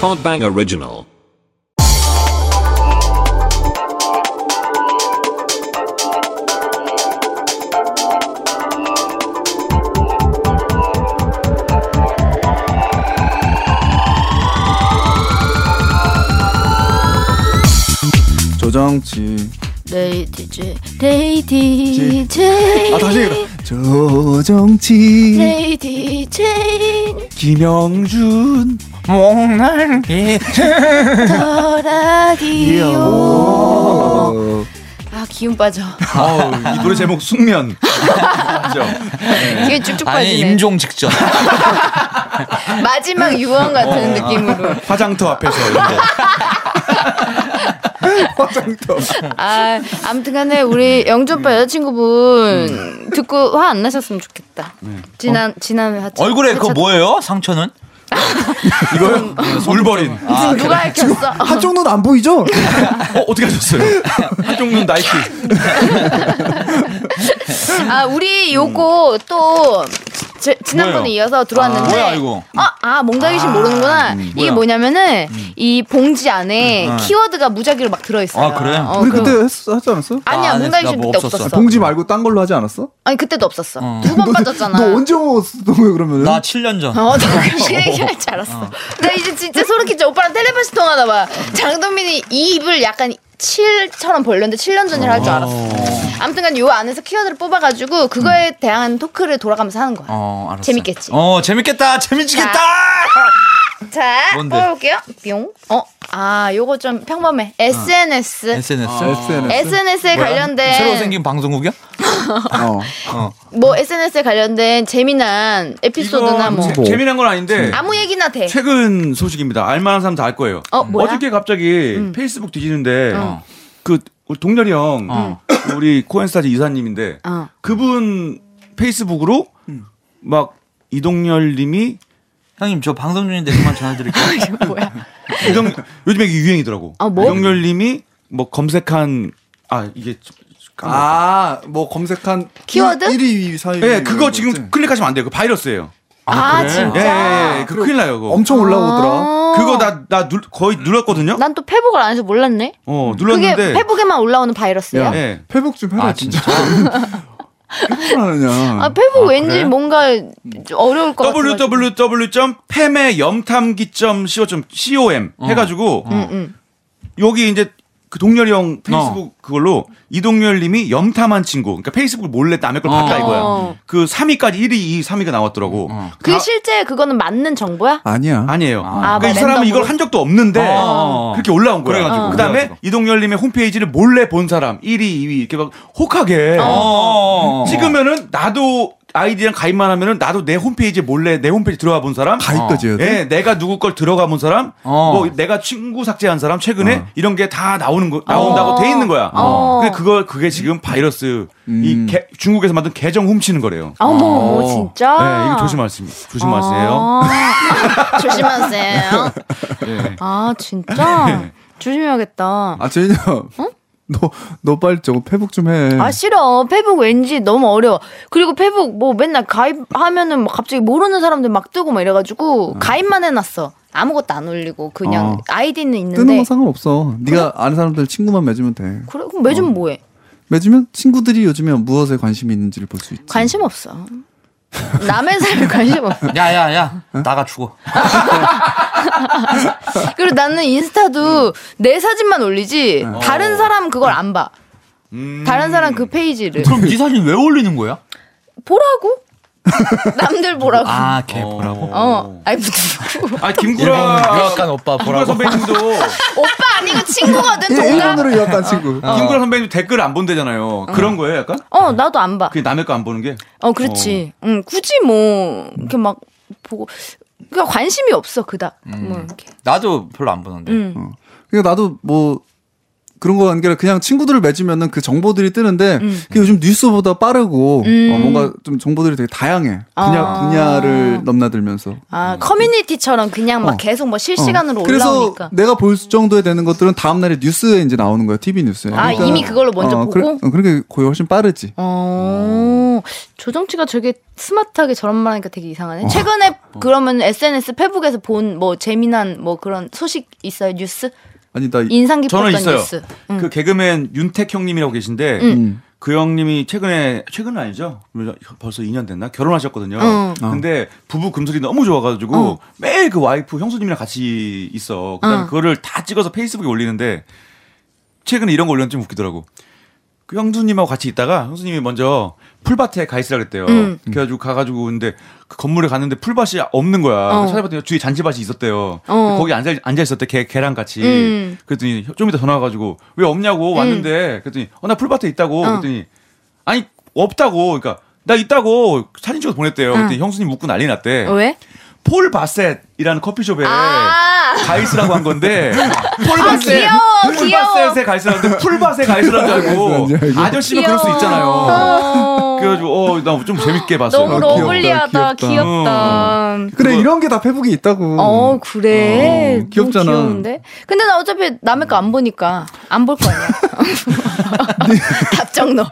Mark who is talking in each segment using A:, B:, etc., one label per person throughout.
A: Podbang Original.
B: 조정치
C: 데이 DJ 데이 DJ
B: 아 다시 해라 조정치
C: 데이 DJ
B: 김영준 목날개
C: 더
B: 예,
C: 라디오
B: 어,
C: 아 기운 빠져
B: 이 노래 제목 숙면 맞죠?
C: 네. 기운 쭉쭉
D: 아니
C: 빠지네
D: 임종 직전.
C: 마지막 유언 같은
B: 어.
C: 느낌으로
B: 화장터 앞에서 이렇게 화장터
C: 아 아무튼간에 우리 영준빠
B: 음.
C: 여자친구분 듣고 화 안 나셨으면 좋겠다
B: 네.
C: 지난
B: 어?
C: 지난해 하차
D: 아, 얼굴에 그거 뭐예요? 상처는?
B: 이거요? 울버린
C: 지금 누가 밝혔어
E: 한쪽 눈 안 보이죠?
B: 어 어떻게 하셨어요? 한쪽 눈 나이키
C: 아 우리 요거 또 제- 지난번에
D: 뭐예요?
C: 이어서 들어왔는데
D: 아, 뭐야, 이거? 아,
C: 아, 아 몽다귀신 모르는구나 이게
D: 뭐야? 음.
C: 뭐냐면은 이 봉지 안에 키워드가 무작위로 막 들어있어요
D: 아, 그래?
C: 어,
E: 우리
C: 그럼-
E: 그때 했, 하지 않았어?
C: 아니야
D: 아, 안 했어.
C: 몽다귀신
D: 나뭐
C: 그때
D: 없었어.
C: 없었어
E: 봉지 말고 딴 걸로 하지 않았어?
C: 아니 그때도 없었어 두 번
E: 너,
C: 빠졌잖아
E: 너 언제 먹었어 그러면?
D: 나 7년 전.
C: 어, 나 그렇게 얘기할 줄 알았어. 나 이제 진짜 소름끼쳐. 오빠랑 텔레파시 통하나 봐. 장동민이 이 입을 약간 7처럼 벌렸는데 7년 전이라 할 줄 알았어. 아무튼간 요 안에서 키워드를 뽑아가지고 그거에 대한 토크를 돌아가면서 하는 거야.
D: 어, 알았어.
C: 재밌겠지?
D: 어, 재밌겠다. 재밌겠다.
C: 자,
D: 뭔데?
C: 뽑아볼게요. 뿅. 어, 아, 요거 좀 평범해. SNS.
D: SNS.
E: SNS
C: SNS에
D: 뭐야?
C: 관련된
D: 새로 생긴 방송국이야?
E: 어.
C: 뭐 SNS에 관련된 재미난 에피소드나 뭐 음.
E: 뭐.
B: 재미난 건 아닌데
C: 아무 얘기나 돼.
B: 최근 소식입니다. 알만한 사람 다 알 거예요.
C: 어, 뭐야?
B: 저께 갑자기 페이스북 뒤지는데 그 우리 동렬이 형
D: 어.
B: 우리 코엔스타즈 이사님인데
C: 어.
B: 그분 페이스북으로 막 이동열님이
D: 형님, 저 방송 중인데 그만 전화드릴게요.
C: 뭐야?
B: 이동 요즘에 이게 유행이더라고.
C: 아, 뭐?
B: 이동열님이 뭐 검색한 아 이게 아
E: 아뭐 검색한
C: 키워드?
E: 1위 4위
B: 예, 그거 지금 클릭하시면 안 돼요. 그 바이러스예요.
C: 아,
B: 예,
C: 진짜. 어.
B: 예, 예. 그 큰일 나요, 그거.
E: 엄청
C: 아,
E: 올라오더라
B: 그거 나, 나 눌, 거의 눌렀거든요?
C: 난 또 페북을 안 해서 몰랐네.
B: 어,
C: 그게
B: 눌렀는데.
C: 페북에만 올라오는 바이러스야.
E: 야
B: 예.
E: 페북 좀 해라
D: 아,
E: 진짜
D: 진짜.
E: 하느냐
C: 아 페북 왠지 뭔가 어려울 것 같아.
B: www.팸의염탐기.co.com
D: 어.
B: 해가지고
D: 음.
C: 응.
B: 여기 이제 그 동렬이 형
D: 어.
B: 페이스북 그걸로 이동열님이 염탐한 친구 그러니까 페이스북 몰래 남의 걸 봤다
C: 어.
B: 이거야 그 3위까지 1위, 2위, 3위가 나왔더라고
D: 어.
B: 아,
C: 그게 실제 그거는 맞는 정보야?
E: 아니야
B: 아니에요
C: 아,
B: 그러니까 이
C: 뭐
B: 사람은
C: 랜덤으로?
B: 이걸 한 적도 없는데
D: 어.
B: 그렇게 올라온 거야
D: 그래가지고,
B: 그 다음에
D: 그래가지고.
B: 이동열님의 홈페이지를 몰래 본 사람 1위, 2위 이렇게 막 혹하게 아.
D: 어.
B: 찍으면은 나도 아이디랑 가입만 하면은 나도 내 홈페이지에 몰래 내 홈페이지 들어가 본 사람
E: 가입까지 해야
B: 예,
E: 돼?
B: 내가 누구 걸 들어가 본 사람,
D: 어.
B: 뭐 내가 친구 삭제한 사람 최근에 이런 게 다 나오는 거 나온다고 돼 있는 거야.
C: 어.
B: 근데 그걸 그게 지금 바이러스 이 개- 중국에서 만든 계정 훔치는 거래요.
C: 어머, 어머, 아, 진짜. 어.
B: 네, 이거 조심하세요. 조심하세요.
C: 아, 조심하세요.
B: 네.
C: 아 진짜 조심해야겠다.
E: 아 제인아 너너 빨리 저거 페북 좀해
C: 어?
B: 네.
C: 아 싫어 페북 왠지 너무 어려워 그리고 페북 뭐 맨날 가입하면은 막 갑자기 모르는 사람들 막 뜨고 막
B: 네.
C: 이래가지고 가입만 해놨어 아무것도 안 올리고 그냥
E: 어.
C: 아이디는
E: 뜨는
C: 있는데
E: 건 상관없어 네가 아는 사람들 친구만 맺으면 돼
C: 그래 그럼
B: 어.
C: 매주 뭐해
E: 맺으면 친구들이 요즘에 무엇에 관심이 있는지를 볼 수 있지
C: 관심 없어 남의 삶에 관심 없어
D: 야, 야, 야. 나가 죽어.
C: 그리고 나는 인스타도
B: 음.
C: 내 사진만 올리지
B: 네. 어.
C: 다른 사람 그걸 안 봐
B: 음.
C: 다른 사람 그 페이지를
D: 그럼 네 사진 왜 올리는 거야?
C: 보라고 남들 보라고
D: 아, 걔 보라고.
C: 어 아이 무슨
B: 아 김구라
D: 오빠
B: 김구라 선배님도
C: 오빠 아니고 친구거든
E: 일-
C: 동갑
E: 일본으로 유학간 친구
B: 김구라 선배님 댓글 안 본대잖아요. 그런 거예요, 약간?
C: 어 나도 안봐
B: 그게 남의 거 안 보는 게.
C: 어, 그렇지. 응, 굳이 뭐 이렇게 막 보고 그러니까 관심이 없어 그닥. 뭐 이렇게.
D: 나도 별로 안 보는데.
C: 음.
E: 그러니까 나도 뭐 그런 거 아니라 그냥 친구들을 맺으면은 그 정보들이 뜨는데
C: 음.
E: 그게 요즘 뉴스보다 빠르고 어, 뭔가 좀 정보들이 되게 다양해 분야
C: 아.
E: 분야를 넘나들면서
C: 아 커뮤니티처럼 그냥 막
E: 어.
C: 계속 뭐 실시간으로
E: 어. 그래서
C: 올라오니까.
E: 내가 볼 정도에 되는 것들은 다음 날에 뉴스에 이제 나오는 거야 TV 뉴스에
C: 아, 이미 그걸로 먼저
E: 어, 그래-
C: 보고?
E: 어, 그렇게 거의 훨씬 빠르지
C: 어, 조정치가 되게 스마트하게 저런 말 하니까 되게 이상하네. 최근에 그러면 SNS, 페북에서 본 뭐 재미난 뭐 그런 소식 있어요? 뉴스?
E: 아니 나 이-
C: 인상 깊었던
B: 저는 있어요.
C: 뉴스. 응.
B: 그 개그맨 윤택 형님이라고 계신데
E: 음.
B: 그 형님이 최근에 최근 은 아니죠? 벌써 2년 됐나? 결혼하셨거든요.
C: 응.
B: 근데 부부 금슬이 너무 좋아가지고
C: 어.
B: 매일 그 와이프 형수님이랑 같이 있어. 그다음
C: 어.
B: 에 그거를 다 찍어서 페이스북에 올리는데 최근에 이런 거 올렸는데 좀 웃기더라고. 그 형수님하고 같이 있다가 형수님이 먼저 풀밭에 가 있으라 그랬대요.
C: 음.
B: 그래가지고 가가지고 근데 그 건물에 갔는데 풀밭이 없는 거야.
C: 어.
B: 찾아봤더니 주위에 잔치밭이 있었대요.
C: 어.
B: 거기 앉아, 앉아 있었대. 걔, 걔랑 같이.
C: 음.
B: 그랬더니 좀 이따 전화 와가지고 왜 없냐고 왔는데 그랬더니 어 나 풀밭에 있다고.
C: 어.
B: 그랬더니 아니 없다고. 그러니까 나 있다고 사진 찍어서 보냈대요. 그랬더니
C: 음.
B: 형수님 웃고 난리 났대.
C: 왜?
B: 폴 바셋이라는 커피숍에
C: 어. 아.
B: 가이스라고 한 건데 폴
C: 아,
B: 바셋
C: 귀여워,
B: 폴
C: 귀여워.
B: 바셋에 가이스라는데 풀 바셋 가이스라는 줄 알고
E: 가이스라는 줄 알고.
B: 아저씨면 그럴 수 있잖아요.
D: 어.
B: 그래가지고 어 나 좀 재밌게 봤어요.
C: 어. 너무
E: 아, 귀엽다,
C: 러블리하다,
E: 귀엽다.
C: 귀엽다.
E: 그래 이런 게 다 페북에 있다고
C: 어 그래
E: 어, 귀엽잖아.
C: 너무 귀여운데 근데 나 어차피 남의 거 안 보니까 안 볼 거 아니야 답정 너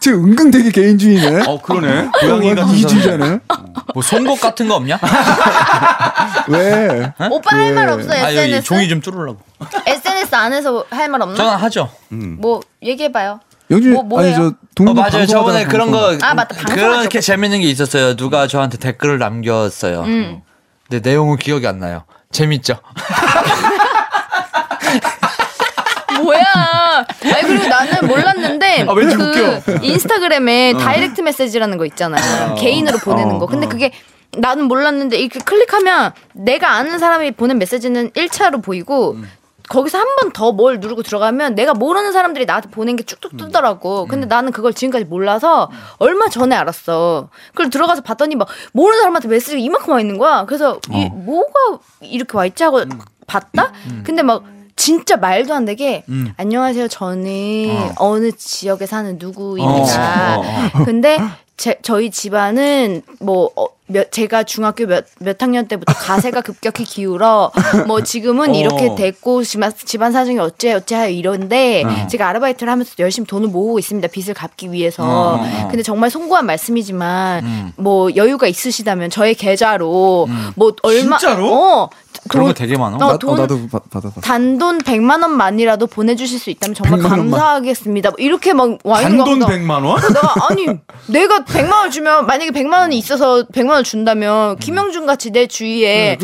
E: 쟤 은근 되게 개인주의네
B: 어 그러네. 고양이 같은 사람.
E: 이주자네
D: 뭐 송곳 같은 거 없냐?
E: 왜
C: 오빠 할 말 없어
D: 네? 아 여기
C: SNS
D: 종이 좀 뚫으려고.
C: SNS 안에서 할 말 없나
D: 저는 하죠.
C: 뭐 얘기해봐요
E: 영준
C: 뭐, 뭐예요?
E: 아니 저
D: 어,
E: 동료
D: 맞아요. 저번에 그런 거
C: 아, 맞다. 방송하죠.
D: 그렇게 재밌는 게 있었어요. 누가 저한테 댓글을 남겼어요.
C: 음.
D: 근데 내용은 기억이 안 나요. 재밌죠?
C: 뭐야 아니 그리고 나는 몰랐는데
B: 아, 왠지
C: 그 인스타그램에 다이렉트 메시지라는 거 있잖아요 개인으로 보내는 거 근데 그게 나는 몰랐는데 이렇게 클릭하면 내가 아는 사람이 보낸 메시지는 1차로 보이고 거기서 한 번 더 뭘 누르고 들어가면 내가 모르는 사람들이 나한테 보낸 게 쭉쭉 뜨더라고. 근데 나는 그걸 지금까지 몰라서 얼마 전에 알았어. 그걸 들어가서 봤더니 막 모르는 사람한테 메시지가 이만큼 와 있는 거야. 그래서 이 뭐가 이렇게 와 있지 하고 봤다? 근데 막 진짜 말도 안 되게 안녕하세요. 저는 어. 느 지역에 사는 누구입니다.
B: 어,
C: 근데 제, 저희 집안은 뭐 어, 몇, 제가 중학교 몇, 몇 학년 때부터 가세가 급격히 기울어 뭐 지금은 이렇게 됐고 집안, 집안 사정이 어째 어째하여 이런데 제가 아르바이트를 하면서 열심히 돈을 모으고 있습니다 빚을 갚기 위해서 근데 정말 송구한 말씀이지만 뭐 여유가 있으시다면 저의 계좌로 뭐 얼마
B: 진짜로?
C: 어,
D: 그런
C: 돈-
D: 거 되게 많아.
C: 어,
E: 나,
C: 돈-
E: 어, 나도 받- 받아봤어
C: 단돈 100만 원만이라도 보내주실 수 있다면 정말
E: 100만 원만.
C: 감사하겠습니다 뭐 이렇게 막 와 있는
B: 단돈
C: 거보다
B: 100만 원?
C: 내가 아니 내가 100만 원 주면 만약에 100만 원이 있어서 100만 원
E: 음.
C: 준다면 김영준 같이 내
E: 네,
C: 주위에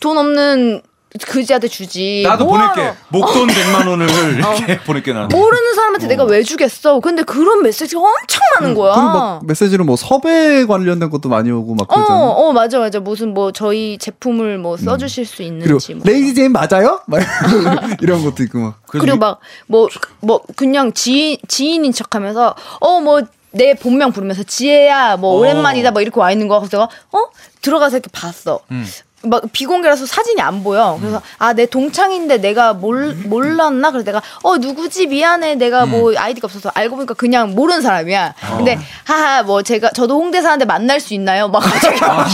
C: 돈 없는 그지한테 주지.
B: 나도
C: 뭐하러.
B: 보낼게.
C: 어.
B: 목돈 100만 원을 이렇게 보낼게 나는.
C: 모르는 사람한테 내가 왜 주겠어? 근데 그런 메시지가 엄청 많은 거야.
E: 음, 그리고 막 메시지로 뭐 섭외 관련된 것도 많이 오고 막
C: 어,
E: 그러잖아.
C: 어, 맞아, 맞아. 무슨 뭐 저희 제품을 뭐 써주실 수
E: 음. 그리고
C: 있는지. 뭐.
E: 레이디 제인 맞아요? 막 이런 것도 있고 막.
B: 그래서
C: 그리고
B: 이-
C: 막 뭐 뭐 그냥 지인 지인인 척하면서 어 뭐 내 본명 부르면서 지혜야 뭐
B: 어.
C: 오랜만이다 뭐 이렇게 와 있는 거야. 그래서 제가 어 들어가서 이렇게 봤어.
B: 음.
C: 막 비공개라서 사진이 안 보여. 그래서 아 내 동창인데 내가 몰
B: 음.
C: 몰랐나? 그래서 내가 어 누구지 미안해 내가 뭐 아이디가 없어서 알고 보니까 그냥 모르는 사람이야.
B: 어.
C: 근데 하하 뭐 제가 저도 홍대 사는데 만날 수 있나요? 막 갑자기
B: 아.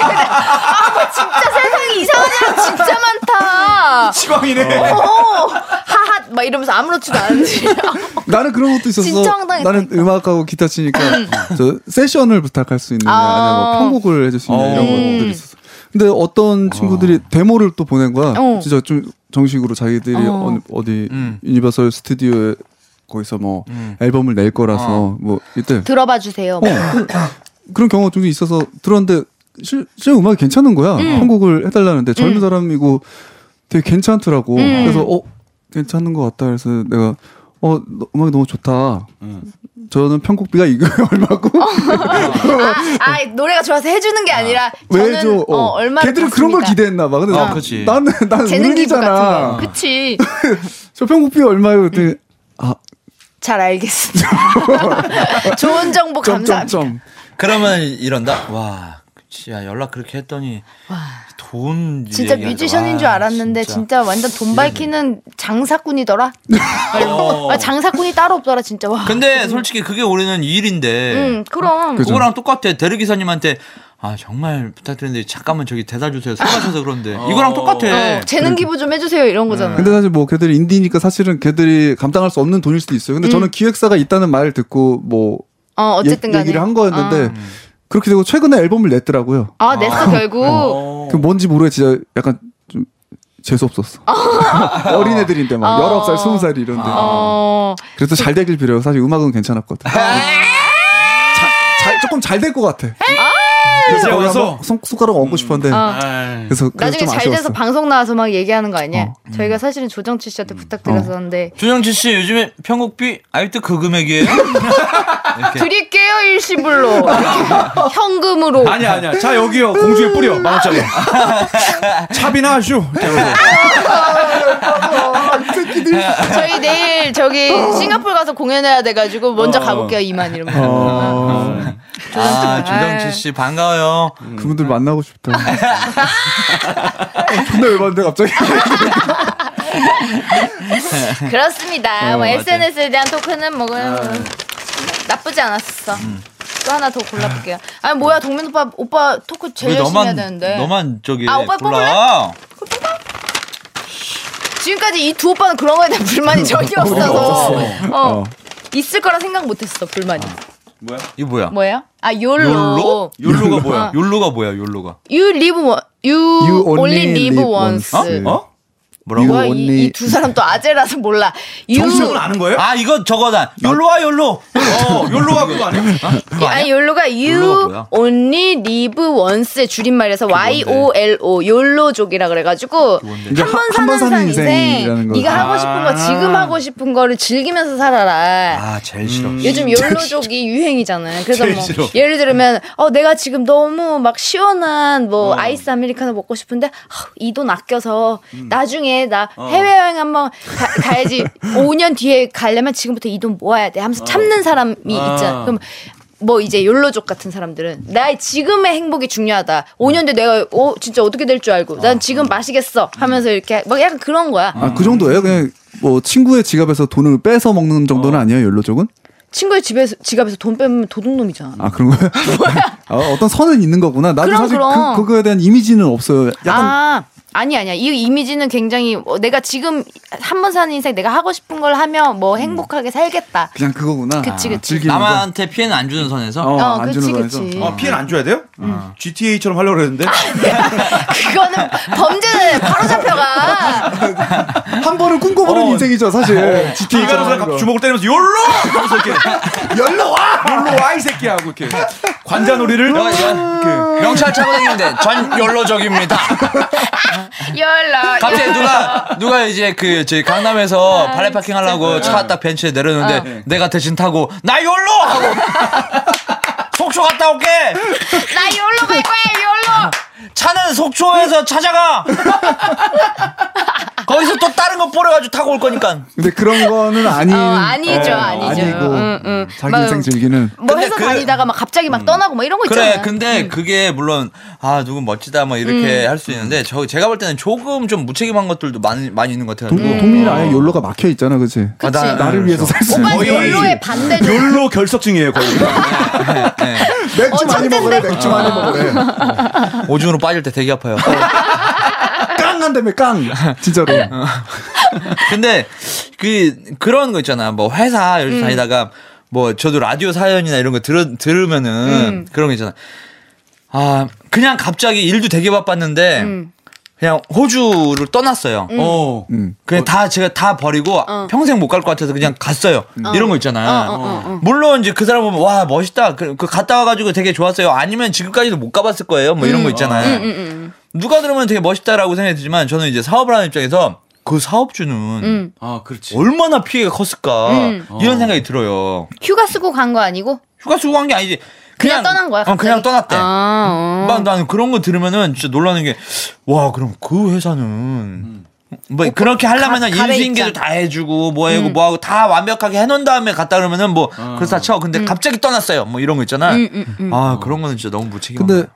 C: 아뭐 진짜 세상에 이상한 사람 진짜 많다.
B: 시광이네.
C: 어, 하하 막 이러면서 아무렇지도 않은지.
E: 나는 그런 것도 있었어.
C: 진짜 황당했다니까.
E: 나는 음악하고 기타 치니까 저 세션을 부탁할 수 있는
C: 아. 음.
E: 아니면 뭐 편곡을 해줄 수 있는
B: 어.
E: 이런 것들이 있었어. 근데 어떤 친구들이 데모를 또 보낸 거야.
C: 어.
E: 진짜 좀 정식으로 자기들이
C: 어.
E: 어. 어디
D: 음.
E: 유니버설 스튜디오에 거기서 뭐 앨범을 낼 거라서 뭐 이때
C: 들어봐 주세요. 아,
E: 어, 그- 그런 경우가 종종 있어서 들었는데 실, 제 음악이 괜찮은 거야. 편곡을 해달라는데 젊은 사람이고 되게 괜찮더라고.
C: 음.
E: 그래서 어 괜찮은 것 같다. 그래서 내가 어 너- 음악이 너무 좋다. 저는 편곡비가 이거 얼마고
C: 어, 아, 아, 노래가 좋아서 해주는 게 아니라
E: 왜
C: 저는
E: 줘?
C: 어, 얼마를
E: 걔들은 그런 걸
C: 받습니다.
E: 기대했나 봐. 근데
D: 아,
E: 나-
D: 그치.
E: 나는 나는
C: 재능 기부 같은
E: 음악이잖아.
C: 거. 음. 그치.
E: 저 편곡비 얼마요? 그랬더니 아
C: 잘 알겠습니다. 좋은 정보 뭐, 감사합니다.
E: 점점점.
D: 그러면 이런다. 와 씨야 연락 그렇게 했더니 돈
C: 진짜
D: 얘기하더라.
C: 뮤지션인 줄 알았는데 진짜, 완전 돈 밝히는 장사꾼이더라.
D: 어.
C: 아, 장사꾼이 따로 없더라 진짜. 와.
D: 근데 솔직히 그게 우리는 일인데
C: 음 그럼.
E: 그- 그죠.
D: 그거랑 똑같아. 대리 기사님한테 아 정말 부탁드리는데 잠깐만 저기 대다 주세요. 속아셔서 그런데 이거랑 똑같아.
C: 어, 재능 기부 좀 해주세요 이런 거잖아.
E: 그러니까. 근데 사실 뭐 걔들이 인디니까 사실은 걔들이 감당할 수 없는 돈일 수도 있어요. 근데
C: 음.
E: 저는 기획사가 있다는 말을 듣고 뭐
C: 어 어쨌든
E: 얘-
C: 간에.
E: 얘기를 한 거였는데 그렇게 되고 최근에 앨범을 냈더라고요.
C: 아 냈어 결국.
E: 그 뭔지 모르게 진짜 약간 좀 재수 없었어.
C: 아.
E: 어린애들인데 막
C: 어.
E: 19살, 20살 이런데.
C: 어.
E: 그래서 잘 되길 빌어요. 사실 음악은 괜찮았거든.
C: 아.
E: 자- 잘- 조금 잘 될 것 같아. 그래서 음.
B: 이제
E: 거기
B: 와서?
E: 한번 손 손가락 얹고 싶었는데
C: 어.
D: 네.
B: 아이.
E: 그래서 그게
C: 나중에
E: 좀
C: 잘
E: 아쉬웠어.
C: 돼서 방송 나와서 막 얘기하는 거 아니야? 저희가 사실은 조정치 씨한테 부탁드렸었는데
D: 조정치 씨 요즘에 편곡비 아직도 그 금액이에요?
C: 드릴게요 일시불로 이렇게 현금으로
B: 아니야 아니야. 자 여기요 공주에 뿌려 만 원짜리. 차비나 하슈.
C: 저희 내일 저기 싱가포르 가서 공연해야 돼가지고 먼저 가볼게요 이만 이러면
E: 어,
D: 아 조정치 씨 반가워요.
E: 그분들 만나고
C: 음.
E: 싶다. 존나 왜 봤는데 갑자기?
C: 그렇습니다 뭐
D: 맞아요.
C: SNS에 대한 토크는 뭐 그냥 나쁘지 않았어 또 하나 더 골라볼게요 아니 뭐야 동민 오빠 오빠 토크 제일
D: 왜
C: 열심히 해야
D: 너만
C: 되는데
D: 너만 저기
C: 아, 오빠
D: 골라.
C: 지금까지 이 두 오빠는 그런 거에 대한 불만이 전혀 없어서 어,
E: 어.
C: 있을 거라 생각 못했어 불만이
B: 뭐야?
D: 이거 뭐야?
C: 뭐예요? 아 욜로
D: 욜로? 욜로가
C: 어.
D: 뭐야? 욜로가 뭐야? 욜로가
C: You live one You, only, live once
E: 어?
B: 어?
E: 뭐라고?
C: 뭐야 이두 사람 또 아재라서 몰라 You
B: 정수형은 아는 거예요?
D: 아 이거 저거다. 욜로와 욜로.
B: 어, 욜로가 그거 아니야?
D: 그거 아니야?
C: 아니 욜로가
D: 욜로가
C: You
D: 뭐야?
C: only live once의 줄임말에서 Y O L O 욜로족이라 그래가지고
E: 이제
C: 한 번
E: 한
C: 사는
E: 번 사는
C: 산
E: 인생이라는
C: 인생
E: 거죠.
C: 네가 하고 싶은 거 지금 하고 싶은 거를 즐기면서 살아라
D: 아 제일 싫어.
C: 요즘 욜로족이 유행이잖아요. 그래서
B: 음, 제일
C: 뭐
B: 싫어.
C: 예를 들면 어 내가 지금 너무 막 시원한
B: 어.
C: 뭐 아이스 아메리카노 먹고 싶은데 어, 이 돈 아껴서
B: 음.
C: 나중에 나
B: 어.
C: 해외 여행 한번 가, 야지 5년 뒤에 가려면 지금부터 이 돈 모아야 돼.
B: 어.
C: 하면서 참는 사람이 있잖아. 그럼 뭐 이제 욜로족 같은 사람들은 나의 지금의 행복이 중요하다. 5년 뒤에 내가 어 진짜 어떻게 될 줄 알고 난 지금 마시겠어 하면서 이렇게 막 약간 그런 거야.
B: 어.
E: 아, 그 정도예요? 그냥 뭐 친구의 지갑에서 돈을 빼서 먹는 정도는 아니에요, 연로족은?
C: 친구의 집에서 지갑에서 돈 빼면 도둑놈이잖아.
E: 아 그런 거예요? 아, 어떤 선은 있는 거구나. 나도
C: 그럼,
E: 사실
C: 그럼.
E: 그, 그거에 대한 이미지는 없어요. 약간
C: 아 아니 아니야 이 이미지는 굉장히 어, 내가 지금 한 번 사는 인생 내가 하고 싶은 걸 하면 뭐
D: 음.
C: 행복하게 살겠다.
E: 그냥 그거구나.
C: 그치, 그치.
E: 즐기는 거.
D: 남한테 피해는 안 주는 선에서.
E: 어,
C: 어,
E: 안
C: 그치,
E: 주는
C: 그치.
E: 거에서.
B: 아, 피해는 안 줘야 돼요? GTA처럼 하려고 그랬는데.
C: 그거는 범죄 바로 잡혀가.
E: 한 번을 꿈꿔보는
B: 어.
E: 인생이죠, 사실. GTA
B: 이가는 사람 갑자기 주먹을 때리면서 욜로! 하면서 이렇게
E: 열로 와.
B: 욜로 와 이 새끼야 하고 이렇게 관자놀이를 이렇게
D: 명찰 차고 다니는데 전 욜로적입니다.
C: 열라.
D: 갑자기 누가 누가 이제 그 저희 강남에서 발레 파킹 하려고 차 딱 벤치에 내렸는데 내가 대신 타고 나 욜로 하고 속초 갔다 올게.
C: 나 열로 갈 거야 열로.
D: 차는 속초에서 찾아가. 거기서 또 다른 거 뿌려가지고 타고 올 거니까.
E: 근데 그런 거는 아닌.
D: 음.
C: 어 아니죠
E: 어,
C: 아니죠.
E: 아니고
C: 응, 응.
E: 자기
C: 막
E: 인생 즐기는.
C: 뭐
D: 근데
C: 회사
D: 그-
C: 다니다가 막 갑자기 막 떠나고 막 이런 거 있잖아.
D: 그래, 근데
E: 음.
D: 그게 물론 아 누구 멋지다 뭐 이렇게 할 수 있는데 저 제가 볼 때는 조금 좀 무책임한 것들도 많이 많이 있는 것 같아요.
E: 동,
C: 음.
E: 동민이 아예 열로가 막혀 있잖아, 음. 그치?
D: 아, 나-
E: 나를 위해서
B: 그렇죠.
E: 살 수 있는.
C: 오빠
B: 거의-
C: 열로의 반대죠.
B: 욜로 결석증이에요 거의.
E: 맥주
C: 어,
E: 많이 먹으래,
C: 천재인데? 어.
E: 맥주 많이 먹으래.
D: 오줌으로 빠질 때 되게 아파요.
E: 네. 깡 한다며, 깡. 진짜로.
C: 어.
D: 근데 그 그런 거 있잖아. 뭐 회사
E: 음.
D: 이렇게 다니다가 뭐 저도 라디오 사연이나 이런 거 들으,
E: 음.
D: 들으면은 그런 거 있잖아. 아 그냥 갑자기 일도 되게 바빴는데 그냥 호주를 떠났어요.
B: 어.
E: 음.
D: 그냥 다 제가 다 버리고
C: 어.
D: 평생 못 갈 것 같아서 그냥 갔어요. 이런 거 있잖아. 물론 이제 그 사람 보면 와 멋있다. 그, 그 갔다 와가지고 되게 좋았어요. 아니면 지금까지도 못 가봤을 거예요. 뭐 이런 거 있잖아요.
C: 음,
D: 누가 들으면 되게 멋있다라고 생각이 들지만 저는 이제 사업을 하는 입장에서 그 사업주는
C: 음.
B: 아 그렇지.
D: 얼마나 피해가 컸을까 이런 생각이 들어요.
C: 휴가 쓰고 간 거 아니고
D: 휴가 쓰고 간 게 아니지.
C: 그냥, 떠난 거야.
D: 어,
C: 갑자기?
D: 그냥 떠났대.
C: 아, 어.
D: 막 나는 그런 거 들으면은 진짜 놀라는 게, 와, 그럼 그 회사는, 뭐, 그렇게 하려면은
C: 음. 어, 가- 가래
D: 인수인계도
C: 있잖아. 음.
D: 다 해주고, 뭐 하고, 뭐 하고, 다 완벽하게 해놓은 다음에 갔다 그러면은 뭐,
C: 어. 음.
D: 그렇다 쳐. 근데 갑자기 떠났어요. 뭐 이런 거 있잖아. 아, 그런 거는 진짜 너무 무책임한
E: 근데
D: 거야.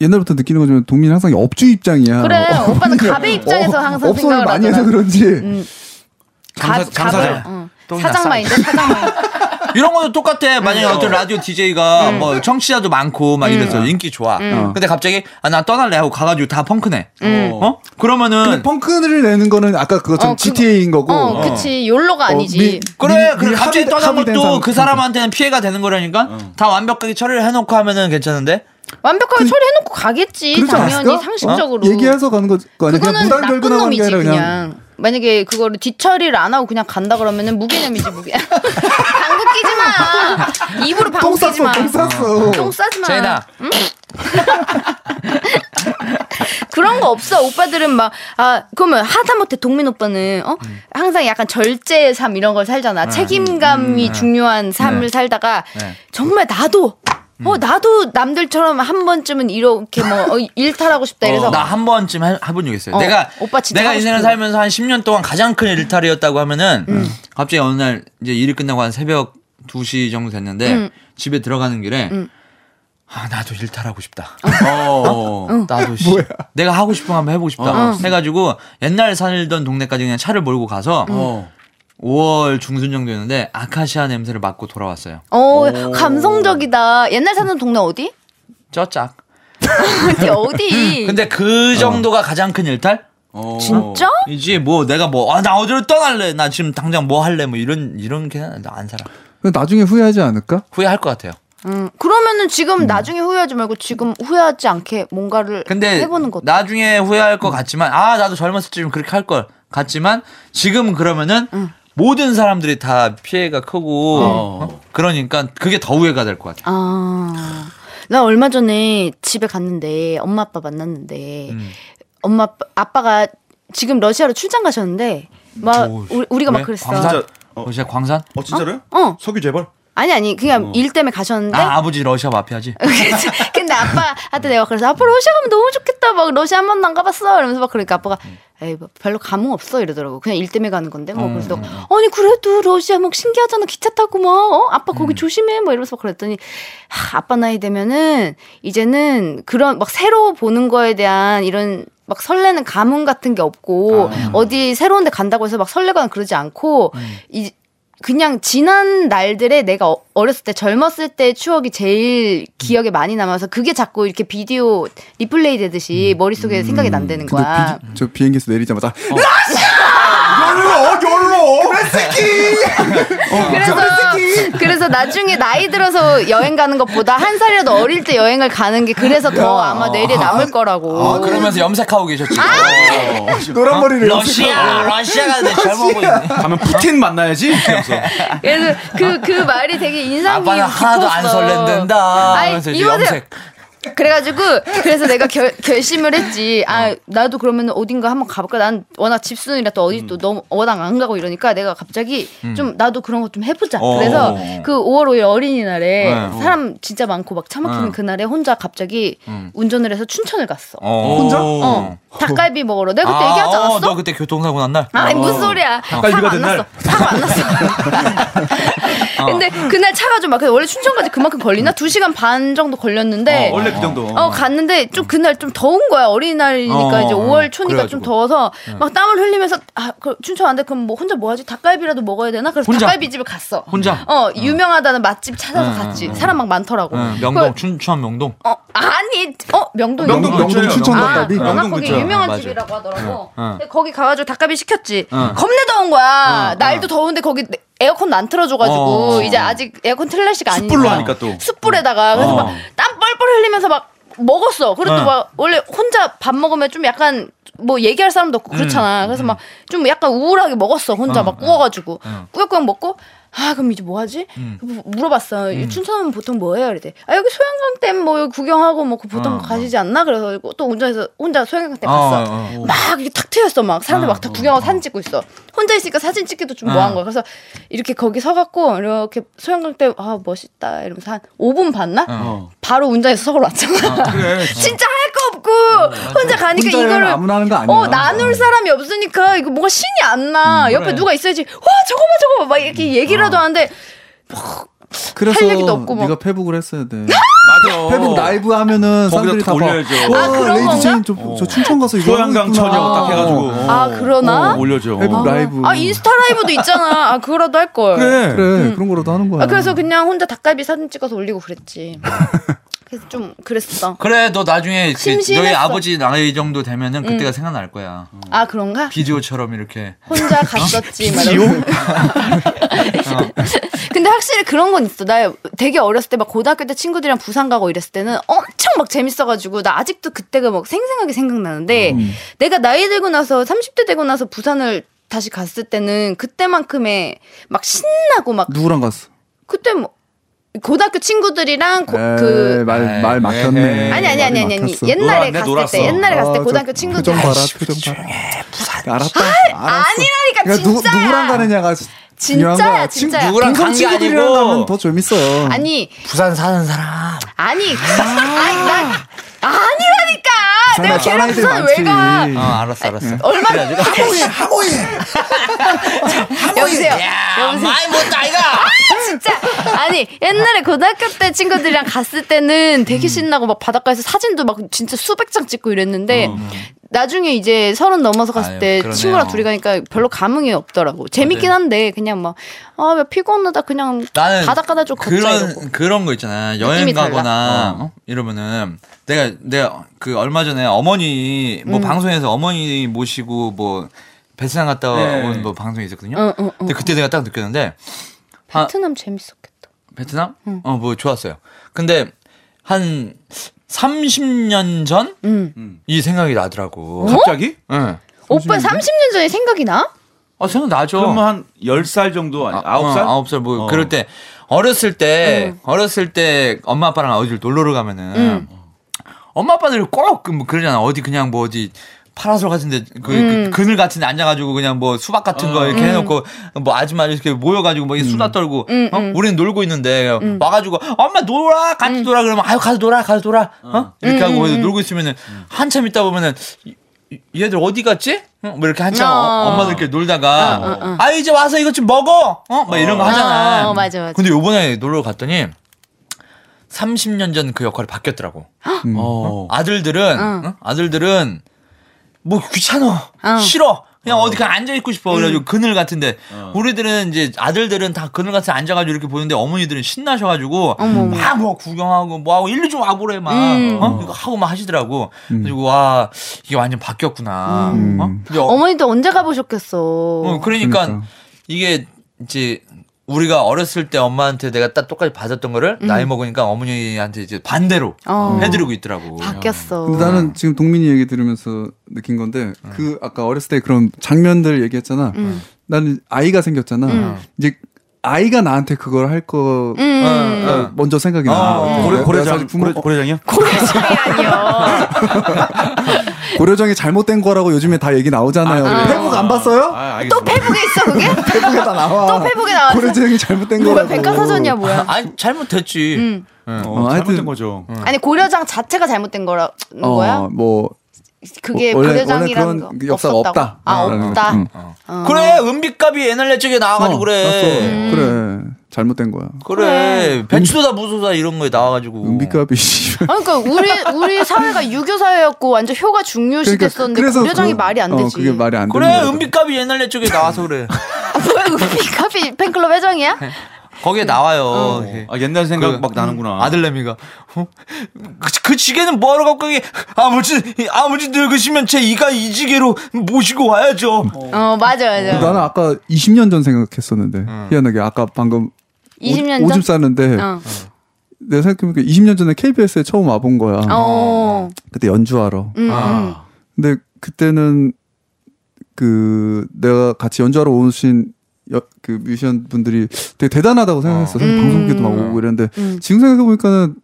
E: 옛날부터 느끼는 거지만 동민이 항상 업주 입장이야.
C: 그래, 오빠는
E: 그냥
C: 갑의 입장에서 항상
E: 업소를
C: 생각을 음.
E: 많이 해서
C: 하더라.
E: 그런지
C: 가-
D: 장사장.
C: 갑을, 응.
D: 똥이나
C: 사장
D: 싸.
C: 마인드, 사장 마인드.
D: 이런 것도 똑같아. 만약에
C: 음.
D: 어떤 라디오 DJ가 뭐 청취자도 많고 막 이래서 인기 좋아.
C: 음.
E: 어.
D: 근데 갑자기 아, 나 떠날래 하고 가가지고 다 펑크네. 어? 그러면은
E: 근데 펑크를 내는 거는 아까 그것처럼
C: 어, 그-
E: GTA인 거고
C: 어, 그치. 욜로가 아니지.
D: 그래,
E: 미-
D: 그래
E: 미리 합의-
D: 갑자기 떠난
E: 합의된
D: 것도
E: 상-
D: 그 사람한테는 피해가 되는 거라니까
C: 어.
D: 다 완벽하게 처리를 해놓고 하면은 괜찮은데
C: 완벽하게 처리해놓고 가겠지.
E: 그 그렇지 않았을까?
C: 당연히 상식적으로.
E: 어? 얘기해서 가는 거, 거 아니야? 그냥
C: 그거는
E: 무단
C: 나쁜
E: 결근하고 하는 게
C: 놈이지
E: 아니라
C: 그냥.
E: 그냥,
C: 만약에 그거를 뒤처리를 안 하고 그냥 간다 그러면은 무개념이지 무개. 방구 끼지 마. 입으로
E: 똥
C: 방구 끼지
E: 쌌어,
C: 마.
E: 똥 쌌어.
C: 똥 싸지 마.
D: 제인아
C: 그런 거 없어. 오빠들은 막, 아, 그러면 하다못해 동민 오빠는, 어?
E: 음.
C: 항상 약간 절제의 삶 이런 걸 살잖아.
E: 네. 음,
C: 책임감이 중요한 삶을 살다가,
D: 네.
C: 정말 나도,
E: 음.
C: 어, 나도 남들처럼 한 번쯤은 이렇게 뭐, 어, 일탈하고 싶다. 이래서.
D: 나 한 번쯤 해- 해본 적 있어요.
C: 어,
D: 내가
C: 오빠 진짜
D: 내가
C: 하고
D: 인생을
C: 싶은 거.
D: 살면서 한 10년 동안 가장 큰 일탈이었다고 하면은
C: 음.
D: 갑자기 어느 날 이제 일이 끝나고 한 새벽 2시 정도 됐는데
C: 음.
D: 집에 들어가는 길에 아 나도 일탈하고 싶다.
B: 어.
D: 나도 씨, 내가 하고 싶은 거 한번 해보고
C: 어.
D: 싶다. 해가지고 옛날 살던 동네까지 그냥 차를 몰고 가서
C: 음.
B: 어.
D: 5월 중순 정도였는데 아카시아 냄새를 맡고 돌아왔어요.
C: 어, 감성적이다. 옛날 사는 동네 어디?
D: 쩌짝.
C: 어디, 어디?
D: 근데 그 정도가 가장 큰 일탈?
B: 어.
C: 진짜?
D: 이지 뭐 내가 뭐 아 나 어디로 떠날래 나 지금 당장 뭐 할래 뭐 이런 이런 게안 살아
E: 그냥 나중에 후회하지 않을까?
D: 후회할 것 같아요.
C: 음, 그러면은 지금 나중에 후회하지 말고 지금 후회하지 않게 뭔가를
D: 근데
C: 해보는 것도. 음.
D: 나중에 후회할 것 같지만 아 나도 젊었을 때 좀 그렇게 할 걸 같지만 지금 그러면은
C: 음.
D: 모든 사람들이 다 피해가 크고 어? 그러니까 그게 더 후회가 될 것 같아.
C: 아. 나 얼마 전에 집에 갔는데 엄마 아빠 만났는데
D: 음.
C: 엄마 아빠- 아빠가 지금 러시아로 출장 가셨는데 막
D: 오우,
C: 우리, 가막 그러니까
D: 음, 왜?
C: 그랬어.
D: 광산?
B: 진짜, 어.
D: 어, 진짜 광산?
B: 어 진짜로요?
C: 어.
B: 석유 재벌?
C: 아니 아니 그냥 일 때문에 가셨는데
D: 어. 아 아버지 러시아 마피아지.
C: 그치. 근데 아빠한테 내가 그래서 아빠 러시아 가면 너무 좋겠다. 막 러시아 한 번도 안 가봤어. 이러면서 막 그러니까 아빠가 에이 뭐 별로 감흥 없어 이러더라고. 그냥 일 때문에 가는 건데 뭐 그래서 아니 그래도 러시아 막 신기하잖아. 기차 타고 막 어? 아빠 거기 조심해. 뭐 이러면서 막 그랬더니 하, 아빠 나이 되면은 이제는 그런 막 새로 보는 거에 대한 이런 막 설레는 감흥 같은 게 없고 어디 새로운 데 간다고 해서 막 설레거나 그러지 않고 이 그냥 지난 날들에 내가 어- 어렸을 때 젊었을 때 추억이 제일 기억에 많이 남아서 그게 자꾸 이렇게 비디오 리플레이
D: 음.
C: 되듯이 머릿속에 생각이 난다는
E: 근데
C: 거야.
E: 비, 저 비행기에서 내리자마자
D: 어, 어,
C: 그래서 그래서 나중에 나이 들어서 여행 가는 것보다 한 살이라도 어릴 때 여행을 가는 게 그래서 더 아마 뇌리에 남을 거라고.
D: 아, 그러면서 염색하고 계셨지.
C: 아!
D: 어,
E: 노란 머리를
D: 러시아 러시아가 내 젊어 보이네.
B: 가면 푸틴 만나야지. 이러면서.
C: 그래서 그, 그 말이 되게 인상 깊었어.
D: 아빠는 하나도 안 설렌다.
C: 아이,
D: 하면서 이제
C: 이거는-
D: 염색.
C: 그래가지고 그래서 내가 결, 결심을 했지. 아 나도 그러면 어딘가 한번 가볼까. 난 워낙 집순이라 또 어디 또 너무 워낙 안 가고 이러니까 내가 갑자기 좀 나도 그런 거 좀 해보자.
D: 어.
C: 그래서 그 5월 5일 어린이날에
D: 네.
C: 사람 진짜 많고 막 차막히는
D: 네.
C: 그날에 혼자 갑자기 운전을 해서 춘천을 갔어. 어.
E: 혼자?
C: 닭갈비 먹으러. 내가 아, 그때 얘기하지
D: 어,
C: 않았어?
D: 너 그때 교통사고 난 날.
C: 아니 무슨 소리야 사고 안 났어 사고 안 났어 근데 그날 차가 좀 막 원래 춘천까지 그만큼 걸리나 두 시간 반 정도 걸렸는데
B: 원래 그 정도.
C: 어, 갔는데 좀 그날 좀 더운 거야. 어린이날이니까
D: 어,
C: 이제
D: 어,
C: 5월 초니까
D: 그래가지고.
C: 좀 더워서 막 땀을 흘리면서 아, 그 춘천 안 돼. 그럼 뭐 혼자 뭐 하지? 닭갈비라도 먹어야 되나? 그래서
D: 혼자?
C: 닭갈비 집에 갔어.
D: 혼자?
C: 어, 유명하다는 맛집 찾아서 갔지. 사람 막 많더라고.
D: 응, 어, 명동
C: 그걸-
D: 춘천 명동.
C: 어, 아니. 어, 명동
B: 명동
C: 명동
E: 명동
B: 근처예요.
E: 춘천
B: 명동.
C: 아,
E: 닭갈비
B: 명동
C: 워낙 거기
B: 근처야.
C: 유명한
D: 맞아.
C: 집이라고 하더라고.
D: 응, 응.
C: 근데 거기 가가지고 닭갈비 시켰지.
D: 응.
C: 겁내 더운 거야.
D: 응,
C: 날도 더운데 거기 에어컨도 안 틀어줘가지고
D: 어.
C: 이제 아직 에어컨 틀날 시가 아니니까.
B: 숯불로 하니까 또.
C: 숯불에다가 그래서 막 땀 뻘뻘 흘리면서 막 먹었어. 그래도
D: 응.
C: 막 원래 혼자 밥 먹으면 좀 약간 뭐 얘기할 사람도 없고 그렇잖아. 그래서 막 좀 약간 우울하게 음. 먹었어. 어. 혼자 막 구워가지고 꾸역꾸역 먹고. 아 그럼 이제 뭐하지? 물어봤어. 이 춘천은 보통 뭐해요? 이랬대. 아 여기 소양강댐 뭐 여기 구경하고 뭐 그 보통 가시지 않나? 그래서 또 운전해서 혼자 소양강댐 갔어.
D: 어, 어.
C: 막 이렇게 탁 트였어 막 사람들 막 다 구경하고 사진 찍고 있어 어. 혼자 있으니까 사진 찍기도 좀 뭐한 거야 그래서 이렇게 거기 서갖고 이렇게 소양강 때아 멋있다 이러면서 한 5분 봤나
B: 어.
C: 바로 운전해서 서울 왔잖아
B: 그래.
C: 진짜 할 거 없고
E: 어. 혼자
C: 혼자 가니까 그러니까 이거를
E: 아무나 하는 거 아니야. 음,
C: 어 나눌 사람이 없으니까 이거 뭔가 신이 안 나 옆에 누가 있어야지 와 저거 봐 저거
E: 어.
C: 봐막 이렇게 얘기라도 하는데
E: 그래서
C: 할 얘기도 없고 막.
E: 네가 페북을 했어야 돼.
B: 같아요.
E: 페북 라이브 하면은
B: 거기다
E: 사람들이
B: 탁
E: 다 봐.
B: 올려야죠. 어.
C: 아, 그런
E: 와, 레이디
C: 건가?
E: 제인 저, 저 춘천 가서 이거 하고
B: 소양강
E: 있구나.
B: 처녀 딱 해가지고
E: 어.
C: 아, 그러나?
B: 어, 올려줘.
E: 페북
B: 어.
E: 라이브.
C: 아 인스타 라이브도 있잖아. 아 그거라도 할 걸.
B: 그래.
E: 그래 그런 거라도 하는 거야.
C: 아, 그래서 그냥 혼자 닭갈비 사진 찍어서 올리고 그랬지. 그래서 좀 그랬어.
D: 그래 너 나중에 그
C: 심심했어. 음.
D: 너희 아버지 나이 정도 되면은 그때가 생각날 거야.
C: 아 그런가?
D: 비디오처럼 이렇게
C: 혼자 갔었지. 비지요? 근데 확실히 그런 건 있어. 나 되게 어렸을 때 막 고등학교 때 친구들이랑 부산 가고 이랬을 때는 엄청 막 재밌어가지고 나 아직도 그때가 막 생생하게 생각나는데 내가 나이 들고 나서 30대 되고 나서 부산을 다시 갔을 때는 그때만큼의 막 신나고 막
E: 누구랑 갔어?
C: 그때 뭐 고등학교 친구들이랑 고,
E: 에이,
C: 그
E: 말,
D: 에이,
E: 말 막혔네.
C: 아니 아니 아니 아니, 아니
E: 말이 막혔어.
C: 옛날에
B: 놀았네,
C: 갔을
B: 놀았어.
C: 때 옛날에 갔을 때
E: 아,
C: 고등학교
E: 저
C: 친구들 아,
E: 표정 봐라, 표정 봐라. 알았다. 알았어.
C: 아니라니까,
E: 그러니까 누구-
C: 진짜야.
E: 누구랑 가느냐가 중요한
C: 진짜야,
E: 거야.
C: 진짜야.
E: 친-
D: 누구랑
E: 동성
D: 간게
E: 친구들이랑
B: 어.
D: 아니고.
E: 가면 더 재밌어요.
C: 아니
D: 부산 사는 사람.
C: 아니 아니 난 아니라니까
E: 정말
C: 내가 걔랑
E: 짠아이들
C: 부산
E: 많지.
C: 왜가
D: 어 알았어 알았어.
C: 얼마나 여보세요
D: 야
C: 여보세요
D: 많이 못 나이가.
C: 진짜 아니 옛날에 고등학교 때 친구들이랑 갔을 때는
D: 음.
C: 되게 신나고 막 바닷가에서 사진도 막 진짜 수백 장 찍고 이랬는데 나중에 이제 서른 넘어서 갔을
D: 어. 아유,
C: 때
D: 그러네요. 네.
C: 친구랑 둘이 가니까 별로 감흥이 없더라고 재밌긴 한데 그냥 막아왜 피곤하다 그냥
D: 나는
C: 바닷가다 좀 걷자
D: 그런
C: 이러고
D: 그런 거 있잖아.
C: 느낌이
D: 여행
C: 달라.
D: 가거나 어? 이러면은 내가 내가 그 얼마 전에 어머니
C: 음.
D: 뭐 방송에서 어머니 모시고 뭐 베트남 갔다
B: 네.
D: 온 뭐 방송이 있었거든요.
C: 응, 응, 응.
D: 근데 그때 내가 딱 느꼈는데 아,
C: 베트남 재밌었겠다
D: 베트남? 어, 뭐 좋았어요. 근데 한 30년 전 이
C: 응
D: 생각이
C: 어?
D: 나더라고.
B: 갑자기?
D: 응.
C: 음. 오빠 30년 전에 생각이 나?
D: 아,
C: 어.
D: 생각나죠.
B: 그러면 한 10살 정도 아니
D: 아, 어,
B: 9살?
D: 아홉 살 뭐,
B: 어.
D: 그럴 때, 어렸을 때, 어렸을 때, 엄마 아빠랑 어디를 놀러를 가면은, 엄마 아빠들이 꼭, 그뭐 그러잖아. 어디 그냥 뭐 어디, 파라솔 같은데, 그, 그 그늘 같은 데 앉아가지고 그냥 뭐 수박 같은 거 이렇게 해놓고, 뭐 아줌마들 이렇게 모여가지고 뭐 이 수다 떨고, 어? 우리는 놀고 있는데, 와가지고, 엄마 놀아! 같이 놀아! 그러면, 아유, 가서 놀아! 가서 놀아! 어? 이렇게 하고 놀고 있으면은, 한참 있다 보면은, 이- 이- 얘들 어디 갔지? 응? 뭐 이렇게 한참
C: 어.
D: 엄마들 이렇게 놀다가 아 이제 와서 이것 좀 먹어 어 막 이런 거 하잖아
C: 어, 어, 맞아, 맞아.
D: 근데 요번에 놀러 갔더니 30년 전 그 역할이 바뀌었더라고
B: 어.
D: 아들들은 응? 아들들은 뭐 귀찮아 싫어 그냥 어. 음. 디 그냥 앉아 있고 싶어 그래가지고 그늘 같은데 우리들은 이제 아들들은 다 그늘 같은 데 앉아가지고 이렇게 보는데 어머니들은 신나셔가지고 막 뭐 구경하고 뭐 하고 일로 좀 와보래 막
C: 음.
D: 어? 이거 하고 막 하시더라고 그리고 와 이게 완전 바뀌었구나
C: 음.
D: 어? 근데 어-
C: 어머니도 언제 가보셨겠어
D: 어, 그러니까
E: 그러니까.
D: 이게 이제 우리가 어렸을 때 엄마한테 내가 딱 똑같이 받았던 거를 나이 먹으니까 음. 어머니한테 아, 이제 반대로
C: 어.
D: 해드리고 있더라고.
C: 바뀌었어
E: 근데 나는 지금 동민이 얘기 들으면서 느낀 건데 그 아까 어렸을 때 그런 장면들 얘기했잖아.
C: 음.
E: 나는 아이가 생겼잖아. 이제 아이가 나한테 그걸 할 거.
C: 음.
E: 가 먼저 생각이 나는 것 같아.
B: 고래,
E: 내가
B: 고래장,
E: 사실 부모-
B: 고래, 고래장이요?
C: 고래장이 아니요
E: 고려정이 잘못된 거라고 요즘에 다 얘기 나오잖아요.
B: 아, 그래요?
E: 페북 안 봤어요?
B: 아, 알겠습니다.
C: 또 페북에 있어 그게?
E: 페북에 다 나와.
C: 또 페북에 나왔어?
E: 고려정이 잘못된
C: 뭐야
E: 거라고.
C: 백과사전이야 뭐야
D: 아니 잘못됐지.
C: 음.
B: 어,
E: 어,
B: 잘못된
E: 하여튼-
B: 거죠.
C: 아니 고려장 자체가 잘못된 거라 는 거야?
E: 어, 뭐
C: 그게
E: 원래-
C: 고려장이라는
E: 원래
C: 거
E: 그런 역사가
C: 없었다고?
E: 없다.
C: 아
E: 음.
C: 없다.
E: 음.
D: 그래 은비값이 옛날 쪽에 나와가지고
E: 어,
D: 그래.
E: 알았어. 그래 잘못된 거야.
D: 음, 그래 배추도다 무소다 이런 거에 나와가지고.
E: 은비값이 씨.
C: 아니, 그러니까 우리 우리 사회가 유교 사회였고 완전 효가 중요시됐었는데 고려장이
E: 그-
C: 말이 안 되지.
E: 어, 그게 말이 안
D: 그래
E: 되는 거야.
D: 은비값이 옛날 쪽에 나와서 그래.
C: 아, 뭐야 은비카피 팬클럽 회장이야?
D: 거기에 나와요. 이렇게.
B: 아, 옛날 생각 막 나는구나.
D: 아들내미가 어? 그, 그 지게는 뭐하러 갖고 가게 아버지 아버지 늙으시면 제 이가 이 지게로 모시고 와야죠
C: 어 맞아 맞아.
E: 그러니까 나는 아까 20년 전 생각했었는데
D: 음.
E: 희한하게 아까 방금
C: 20년
E: 오,
C: 전?
E: 오줌 싸는데
C: 어.
E: 내가 생각해보니까 20년 전에 KBS에 처음 와본 거야.
C: 어.
E: 그때 연주하러.
C: 음, 음.
B: 아,
E: 근데 그때는 그 내가 같이 연주하러 오신 여- 그 뮤지션 분들이 되게 대단하다고 생각했어. 사실
C: 음.
E: 방송국에도 막 오고 이랬는데
C: 음.
E: 지금 생각해보니까는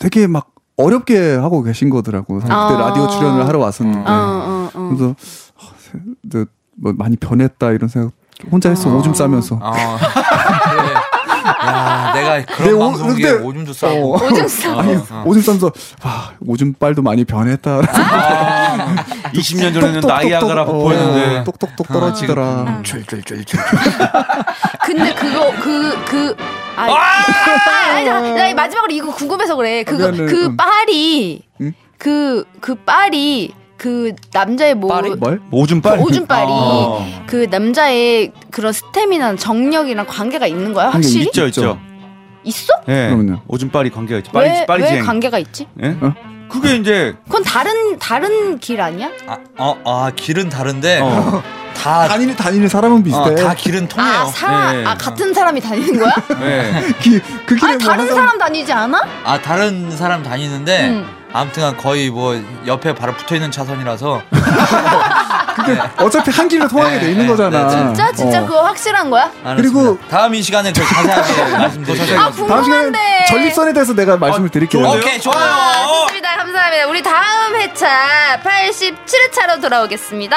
E: 되게 막 어렵게 하고 계신
D: 어.
E: 거더라고. 사실 그때
C: 아.
E: 라디오 출연을 하러 왔었는데.
C: 어, 어, 어.
E: 그래서 아, 세- 근데 뭐 많이 변했다 이런 생각 혼자 했어
C: 아.
E: 오줌 싸면서
B: 아.
D: 어. 그래. 야, 내가
E: 내
D: 그런
E: 오-
D: 방송에
E: 근데- 어.
D: 오줌도 싸고.
C: 오줌 싸.
E: 아니 오줌 싸면서 와 오줌빨도 많이 변했다
B: 아. 20년 전에는 나이아가라
E: 보 네,
B: 보였는데
E: 어,
B: 아,
C: 아.
E: 똑똑똑 떨어지더라
D: 줄줄줄줄.
C: 근데 그거 그 그 아, 아, 아니, 나, 나 마지막으로 이거 궁금해서 그래. 그거
E: 미안해.
C: 그
E: 응.
C: 빨이
E: 응?
C: 그 그 빨이 그 남자의 뭐
D: 빨이?
E: 뭘?
B: 오줌 빨.
C: 오줌 빨이
B: 아.
C: 그 남자의 그런 스태미나 정력이랑 관계가 있는 거야
E: 관계
C: 확실히
B: 있죠, 있죠.
C: 있어?
B: 예.
E: 그럼요.
B: 오줌 빨이 관계가 있죠.
C: 왜 왜
B: 빨리 빨이 지행.
C: 관계가 있지?
B: 예?
E: 어?
B: 그게 이제
C: 그건 다른 다른 길 아니야?
D: 아, 어, 아 길은 다른데
B: 어.
D: 다,
E: 다니는 다니는
B: 아,
E: 사람은 비슷해.
D: 어, 다 길은 통해요.
C: 아, 사람
E: 네.
B: 예.
C: 아 같은 사람이 다니는 거야?
B: 예.
E: 기, 그 길에
C: 아 다른 사람 다니지 않아?
D: 아 다른 사람 다니는데
C: 음.
D: 아무튼 거의 뭐 옆에 바로 붙어 있는 차선이라서
E: 어차피 한 길로 통하게 돼 있는
D: 네,
E: 거잖아.
D: 네,
C: 진짜 진짜
E: 어.
C: 그거 확실한 거야?
D: 알았습니다.
E: 그리고-
D: 다음 이 시간에 더 자세하게 말씀드릴게요.
C: 아
E: 다음 시간에
C: 궁금한데.
E: 전립선에 대해서 내가
B: 어,
E: 말씀을 드릴게요.
B: 좋은데요?
D: 오케이
C: 아,
D: 좋아요.
C: 좋습니다. 감사합니다. 우리 다음 회차 87회차로 돌아오겠습니다.